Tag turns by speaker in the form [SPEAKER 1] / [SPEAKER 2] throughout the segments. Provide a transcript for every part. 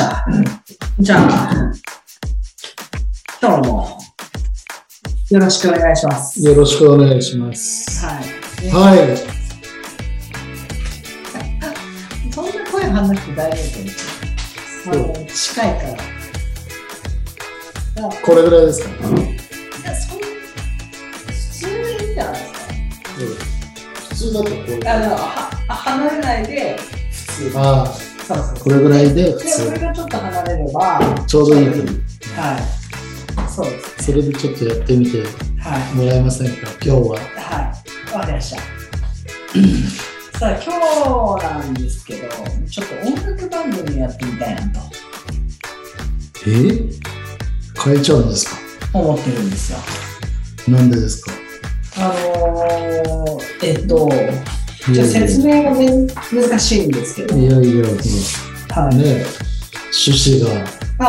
[SPEAKER 1] じゃあ、今日もよろしくお願いします。
[SPEAKER 2] よろしくお願いします。
[SPEAKER 1] はい。
[SPEAKER 2] はい。
[SPEAKER 1] そんな声張んなくて大丈夫あ
[SPEAKER 2] そう
[SPEAKER 1] の近いから。いや、
[SPEAKER 2] これぐらいです
[SPEAKER 1] い
[SPEAKER 2] か、
[SPEAKER 1] やそん普通でいいんじゃないですか。
[SPEAKER 2] 普通だとこういう。
[SPEAKER 1] あの、はは離れないで普通。
[SPEAKER 2] ああ、
[SPEAKER 1] そうそう
[SPEAKER 2] これぐらいで普
[SPEAKER 1] で、
[SPEAKER 2] 通
[SPEAKER 1] これ。がちょっと離れれば、は
[SPEAKER 2] ちょうどいいと
[SPEAKER 1] い。そうです。
[SPEAKER 2] それでちょっとやってみて
[SPEAKER 1] はい。
[SPEAKER 2] もらえませんか今日は。
[SPEAKER 1] はい、わかりました。さあ、今日なんですけど、ちょっと音楽番組やってみたいなと
[SPEAKER 2] え変えちゃうんですか
[SPEAKER 1] 思ってるんですよ。
[SPEAKER 2] なんでですか
[SPEAKER 1] あのー、えっと、じゃあ説明がめ難しいんですけど、
[SPEAKER 2] いやいや、も
[SPEAKER 1] は
[SPEAKER 2] う
[SPEAKER 1] い。
[SPEAKER 2] ね、趣旨が、
[SPEAKER 1] あ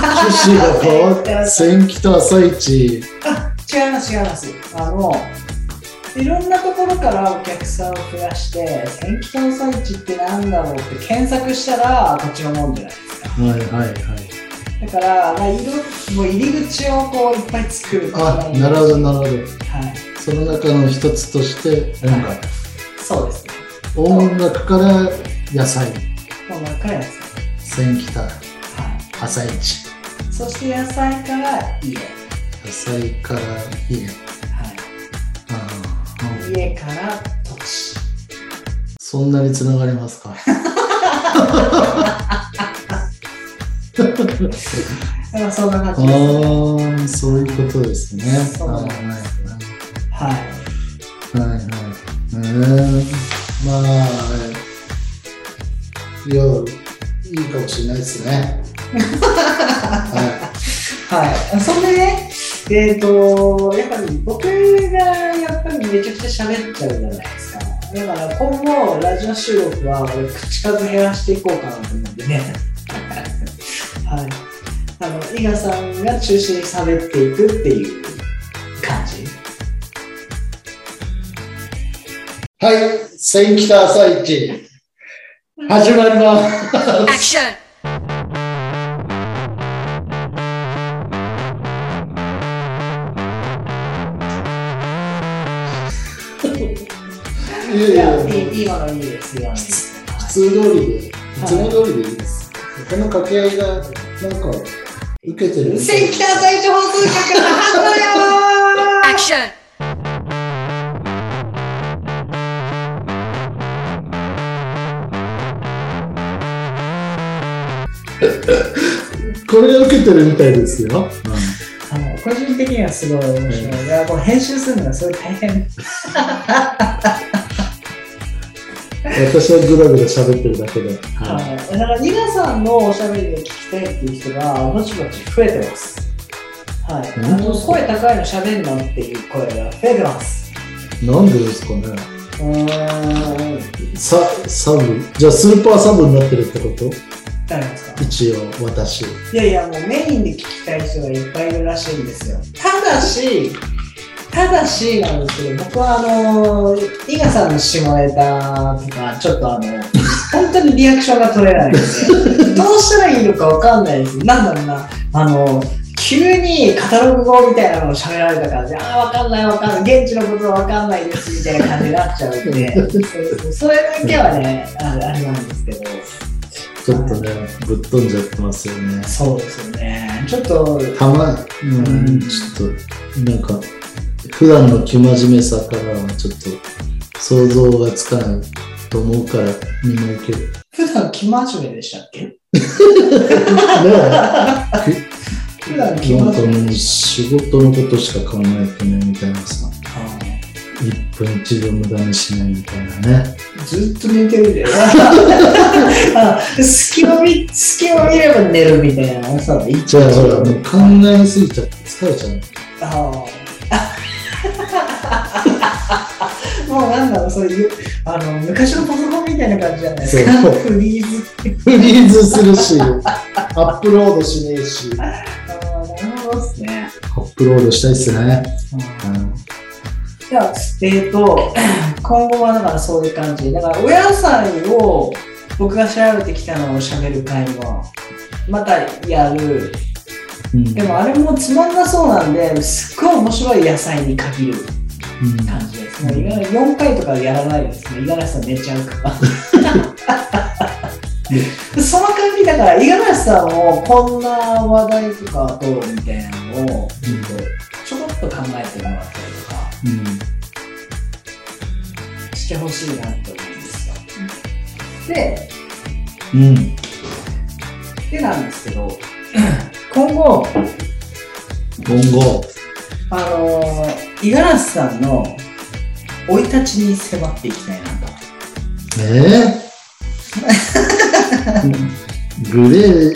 [SPEAKER 2] 趣旨が変わ って、千木と朝一。
[SPEAKER 1] あ、違います、違います。あの、いろんなところからお客さんを増やして、千北の産地ってなんだろうって検索したら、こっちのもんじゃないですか。
[SPEAKER 2] はいはいはい。
[SPEAKER 1] だから、まあ、いろもう入り口をこういっぱい作る。
[SPEAKER 2] あ、なるほどなるほど。
[SPEAKER 1] はい。
[SPEAKER 2] その中の一つとして音楽。
[SPEAKER 1] そうですね。
[SPEAKER 2] 音楽から野菜、
[SPEAKER 1] もう真っ赤いやつ。
[SPEAKER 2] 千北、
[SPEAKER 1] は
[SPEAKER 2] 朝一。
[SPEAKER 1] い。そして野菜から家。は
[SPEAKER 2] 野菜から家。あー
[SPEAKER 1] い。
[SPEAKER 2] うん
[SPEAKER 1] 家から土地。
[SPEAKER 2] そんなにつながりますか
[SPEAKER 1] だからそんな感
[SPEAKER 2] あ
[SPEAKER 1] じです。
[SPEAKER 2] ーそういうことですね。
[SPEAKER 1] そうなんですはい。
[SPEAKER 2] はいはいはい。えー、まあ、いや、いいかもしれないですね。は
[SPEAKER 1] はい。そんでね、えっ、と、やっぱり僕がやっぱりめちゃくちゃ喋っちゃうじゃないですか。だから今後、ラジオ収録は俺口数減らしていこうかなと思うんでね。はい。あの、伊賀さんが中心に喋っていくっていう感じ。
[SPEAKER 2] い。はい、千北朝市、始まります。
[SPEAKER 3] Action!
[SPEAKER 2] いや
[SPEAKER 1] い
[SPEAKER 2] い
[SPEAKER 1] や、
[SPEAKER 2] や
[SPEAKER 1] いいいいものいいですよ。
[SPEAKER 2] 普通通りで、いつも通りでいいです。この掛け合いが、なんか、受けてる。
[SPEAKER 1] 千北最初放送局のハンドよ
[SPEAKER 3] Action!
[SPEAKER 2] これが受けてるみたいですよ。
[SPEAKER 1] あの個人的にはすごい面白い。いや、もう編集するのがすごい大変。
[SPEAKER 2] 私はぐらぐら喋ってるだけで。
[SPEAKER 1] はいだから、ニガさんのおしゃべりで聞きたいっていう人が、ぼちぼち増えてます。はい。あ
[SPEAKER 2] 本当
[SPEAKER 1] の
[SPEAKER 2] ですか
[SPEAKER 1] 声高いのしゃべんのっていう声が増えてます。
[SPEAKER 2] なんでですかね。
[SPEAKER 1] うーん。
[SPEAKER 2] ササブ。じゃあ、スーパーサブになってるってこと
[SPEAKER 1] 誰ですか
[SPEAKER 2] 一応、私。
[SPEAKER 1] いやいや、もうメインで聞きたい人がいっぱいいるらしいんですよ。ただし、ただしなんですけど、僕はあのー、伊賀さんの下ネタとか、ちょっとあの、本当にリアクションが取れないんで、どうしたらいいのかわかんないです。なんだろうな、あの急にカタログ語みたいなのを喋られた感じで、ああ、わかんないわかんない、現地のことはわかんないですみたいな感じになっちゃうんで、そうそれだけはね、ああれなんですけど。
[SPEAKER 2] ちょっとね、ぶっ飛んじゃってますよね。
[SPEAKER 1] そうですよね。ちょっと、
[SPEAKER 2] たま、うん、
[SPEAKER 1] うん
[SPEAKER 2] ちょっと、なんか、普段の生真面目さからは、ちょっと、想像がつかないと思うから、みんな受ける。
[SPEAKER 1] 普段生真面目でしたっけ
[SPEAKER 2] ね
[SPEAKER 1] 普段
[SPEAKER 2] え
[SPEAKER 1] 生
[SPEAKER 2] なん
[SPEAKER 1] 真
[SPEAKER 2] か
[SPEAKER 1] 面目
[SPEAKER 2] もう
[SPEAKER 1] でし
[SPEAKER 2] 仕事のことしか考えてないみたいなさ、
[SPEAKER 1] た。
[SPEAKER 2] 1分1秒無駄にしないみたいなね。
[SPEAKER 1] ずっと寝てるじゃん。隙を見、隙を見れば寝るみたいな。そう、いっ
[SPEAKER 2] じゃあほら、もう考えすぎちゃって疲れちゃう。
[SPEAKER 1] ああ。 もうなんだろう、そういう、あの、昔のパソコンみたいな感じじゃないです
[SPEAKER 2] そ
[SPEAKER 1] か。
[SPEAKER 2] う
[SPEAKER 1] フリーズ。
[SPEAKER 2] フリーズするし、アップロードしねえし。ア
[SPEAKER 1] ああ、なるほどですね。
[SPEAKER 2] ップロードしたいっすね。
[SPEAKER 1] うん
[SPEAKER 2] うん
[SPEAKER 1] じ ゃあ、えっ、と、今後はだからそういう感じ。だから、お野菜を僕が調べてきたのを喋る会もまたやる
[SPEAKER 3] うん
[SPEAKER 1] でもあれもつまんなそうなんですっごい面白い野菜に限る
[SPEAKER 3] うん
[SPEAKER 1] 感じですもう五十嵐4回とかやらないですね五十嵐さん寝ちゃうからその感じだから五十嵐さんもこんな話題とかどうみたいなのをちょっとちょこっと考えてもらったりとか
[SPEAKER 3] うん
[SPEAKER 1] してほしいなって思うんですよ。で、
[SPEAKER 3] うん
[SPEAKER 1] でなんですけど、 今後、
[SPEAKER 3] 今後
[SPEAKER 1] あのー、五十嵐さんの生い立ちに迫っていきたいなと。
[SPEAKER 2] えー、グレー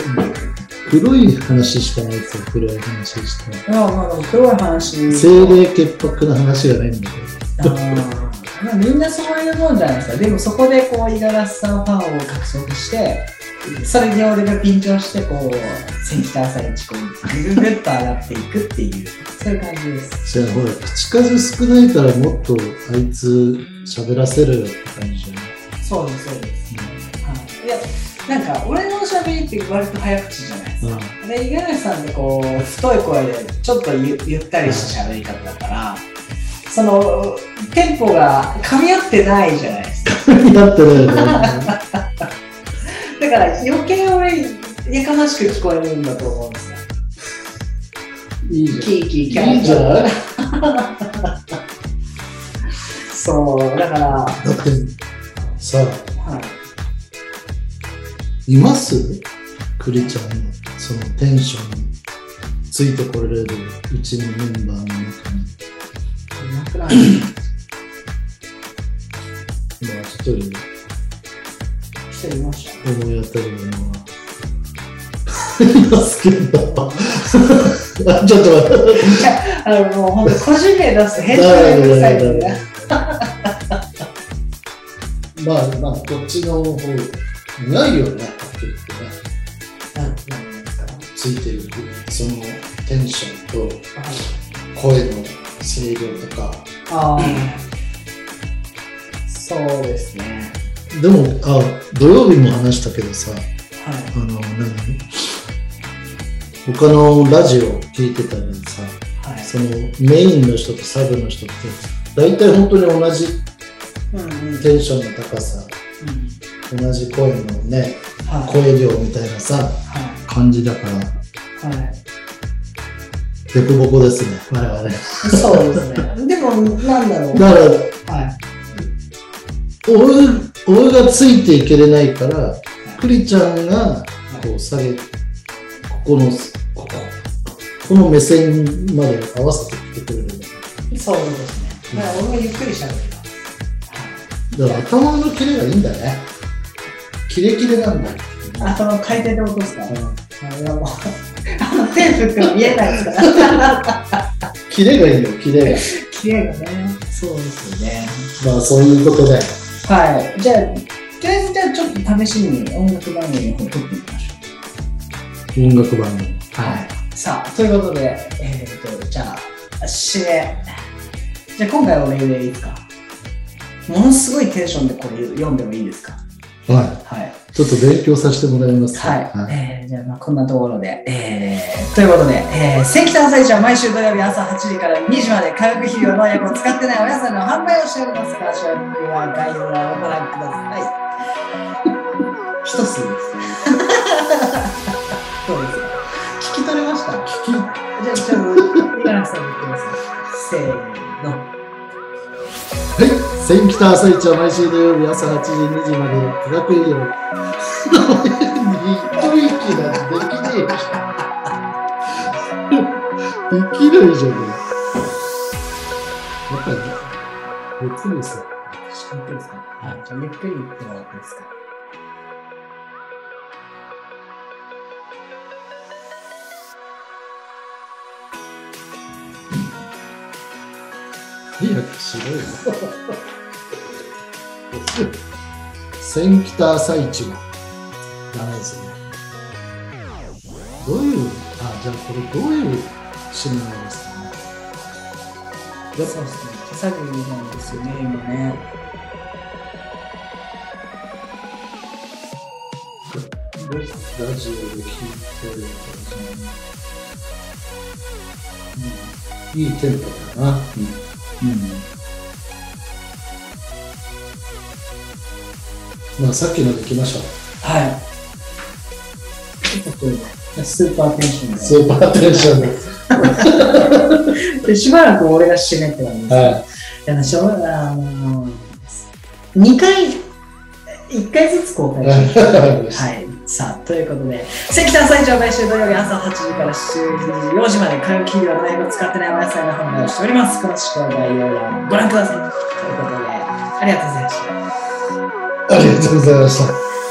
[SPEAKER 2] 黒い話しかないですよ黒い話しかな
[SPEAKER 1] い
[SPEAKER 2] い
[SPEAKER 1] や、まあ、黒い話。
[SPEAKER 2] 精霊潔白な話がないんだけど
[SPEAKER 1] あーまあみんなそういうもんじゃないですか。でもそこで、こう、五十嵐さんファンを獲得して、それに俺が緊張して、こう、関田朝一、こう、ぐるぐるっと上がっていくっていう、そういう感じです。
[SPEAKER 2] じゃあほら口数少ないからもっとあいつ喋らせるよって感じじゃない
[SPEAKER 1] そうですそうです、はい、いやなんか俺のおしゃべりって割と早口じゃないですか、で五十嵐さんってこう太い声でちょっとゆゆったりした喋り方だから、そのテンポが噛み合ってないじゃないですか
[SPEAKER 2] うんだってねあ
[SPEAKER 1] だから余計俺やかましく聞こえるんだと思うんですよ
[SPEAKER 2] のいいじゃん
[SPEAKER 1] キーキーキャーキャー
[SPEAKER 2] いいんじゃない
[SPEAKER 1] そうだから、は
[SPEAKER 2] だってさあ
[SPEAKER 1] い、
[SPEAKER 2] いますクリちゃんのそのテンションについてこれるうちのメンバーの中に
[SPEAKER 1] いなくなる
[SPEAKER 2] まあ一人
[SPEAKER 1] 人いました
[SPEAKER 2] 思い当たるものは いますけどあ ちょっと待って
[SPEAKER 1] あのもうほんと個人名出すと
[SPEAKER 2] だいだいだ
[SPEAKER 1] 変態
[SPEAKER 2] いだい
[SPEAKER 1] がうるさいんでね
[SPEAKER 2] まあ まあこっちの方ないよねはっきり言ってね
[SPEAKER 1] なんなんですか
[SPEAKER 2] ついてるそのテンションと声の声量とか
[SPEAKER 1] ああ、そうですね。
[SPEAKER 2] でもあ土曜日も話したけどさ
[SPEAKER 1] はい
[SPEAKER 2] あの何他のラジオ聞いてたらさ
[SPEAKER 1] はい。
[SPEAKER 2] そのメインの人とサブの人って大体本当に同じ
[SPEAKER 1] うんうん
[SPEAKER 2] テンションの高さ同じ声のね
[SPEAKER 1] はい
[SPEAKER 2] 声量みたいなさ
[SPEAKER 1] は
[SPEAKER 2] 感じだから
[SPEAKER 1] いはい。
[SPEAKER 2] 凸凹ですね我々
[SPEAKER 1] そうですね。でもなんだろう。
[SPEAKER 2] だから
[SPEAKER 1] はい。
[SPEAKER 2] 俺俺がついていけれないからクリちゃんがこう下げここのこここの目線まで合わせてきてくれるんだ
[SPEAKER 1] そうですね。だから俺もゆっくりしゃべる
[SPEAKER 2] だから頭のキレがいいんだねキレキレなんだ
[SPEAKER 1] な。あ、その回転で落とすか。あいやもうあのテープってのは見えないですから。
[SPEAKER 2] キレがいいよキレが
[SPEAKER 1] 綺麗だね。そうですよね。
[SPEAKER 2] まあそういうことで
[SPEAKER 1] はい。じゃあ、とりあえずじゃあちょっと試しに音楽番組の方撮ってみましょう。
[SPEAKER 2] 音楽番組
[SPEAKER 1] はい。さあ、ということで、えー、と、じゃあ、締め。じゃあ、今回はメールでいいですかものすごいテンションでこれ読んでもいいですか
[SPEAKER 2] は
[SPEAKER 1] はい。
[SPEAKER 2] いちょっと勉強させてもらいます
[SPEAKER 1] はい。
[SPEAKER 2] はい
[SPEAKER 1] えーじゃあ、まあこんなところで。えーということで、えー、関田朝市は毎週土曜日朝8時から2時まで化学肥料農薬を使ってないお野菜の販売をしております。詳しくは概要欄をご覧ください。一つ です。どうですか聞き取れました
[SPEAKER 2] 聞き
[SPEAKER 1] じゃあ、ちょっと、五十嵐さん言ってください。せーの。
[SPEAKER 2] はい、千北朝市は毎週土曜日朝8時2時まで科学医療の一息なんてできねえよできないじゃねえかやっぱり別にさ
[SPEAKER 1] ゆっくりですかはい。じゃあ、ゆっくり言ってもらっていいですか
[SPEAKER 2] 早くしろよ千北朝市はダメですねどういうあじゃあこれどういう趣味なんですかね
[SPEAKER 1] そうですね。手作業なんですよね、今ね。
[SPEAKER 2] ラジオで聞いてるうんいいテンポだな。まあ、さっきのできましょう。
[SPEAKER 1] はい。例えば、スーパーテンション
[SPEAKER 2] スーパーテンションで。
[SPEAKER 1] で。で、しばらく俺が締めてたんですよ。
[SPEAKER 2] はい
[SPEAKER 1] や、しょうあの、2回、1回ずつ公開して
[SPEAKER 2] い。
[SPEAKER 1] はい、さあということで関さん最長毎週土曜日朝8時から7時4時まで火曜企業の内容を使ってないお野菜の販売をしております詳しくは概要欄をご覧くださいということでありがとうございました
[SPEAKER 2] ありがとうございました。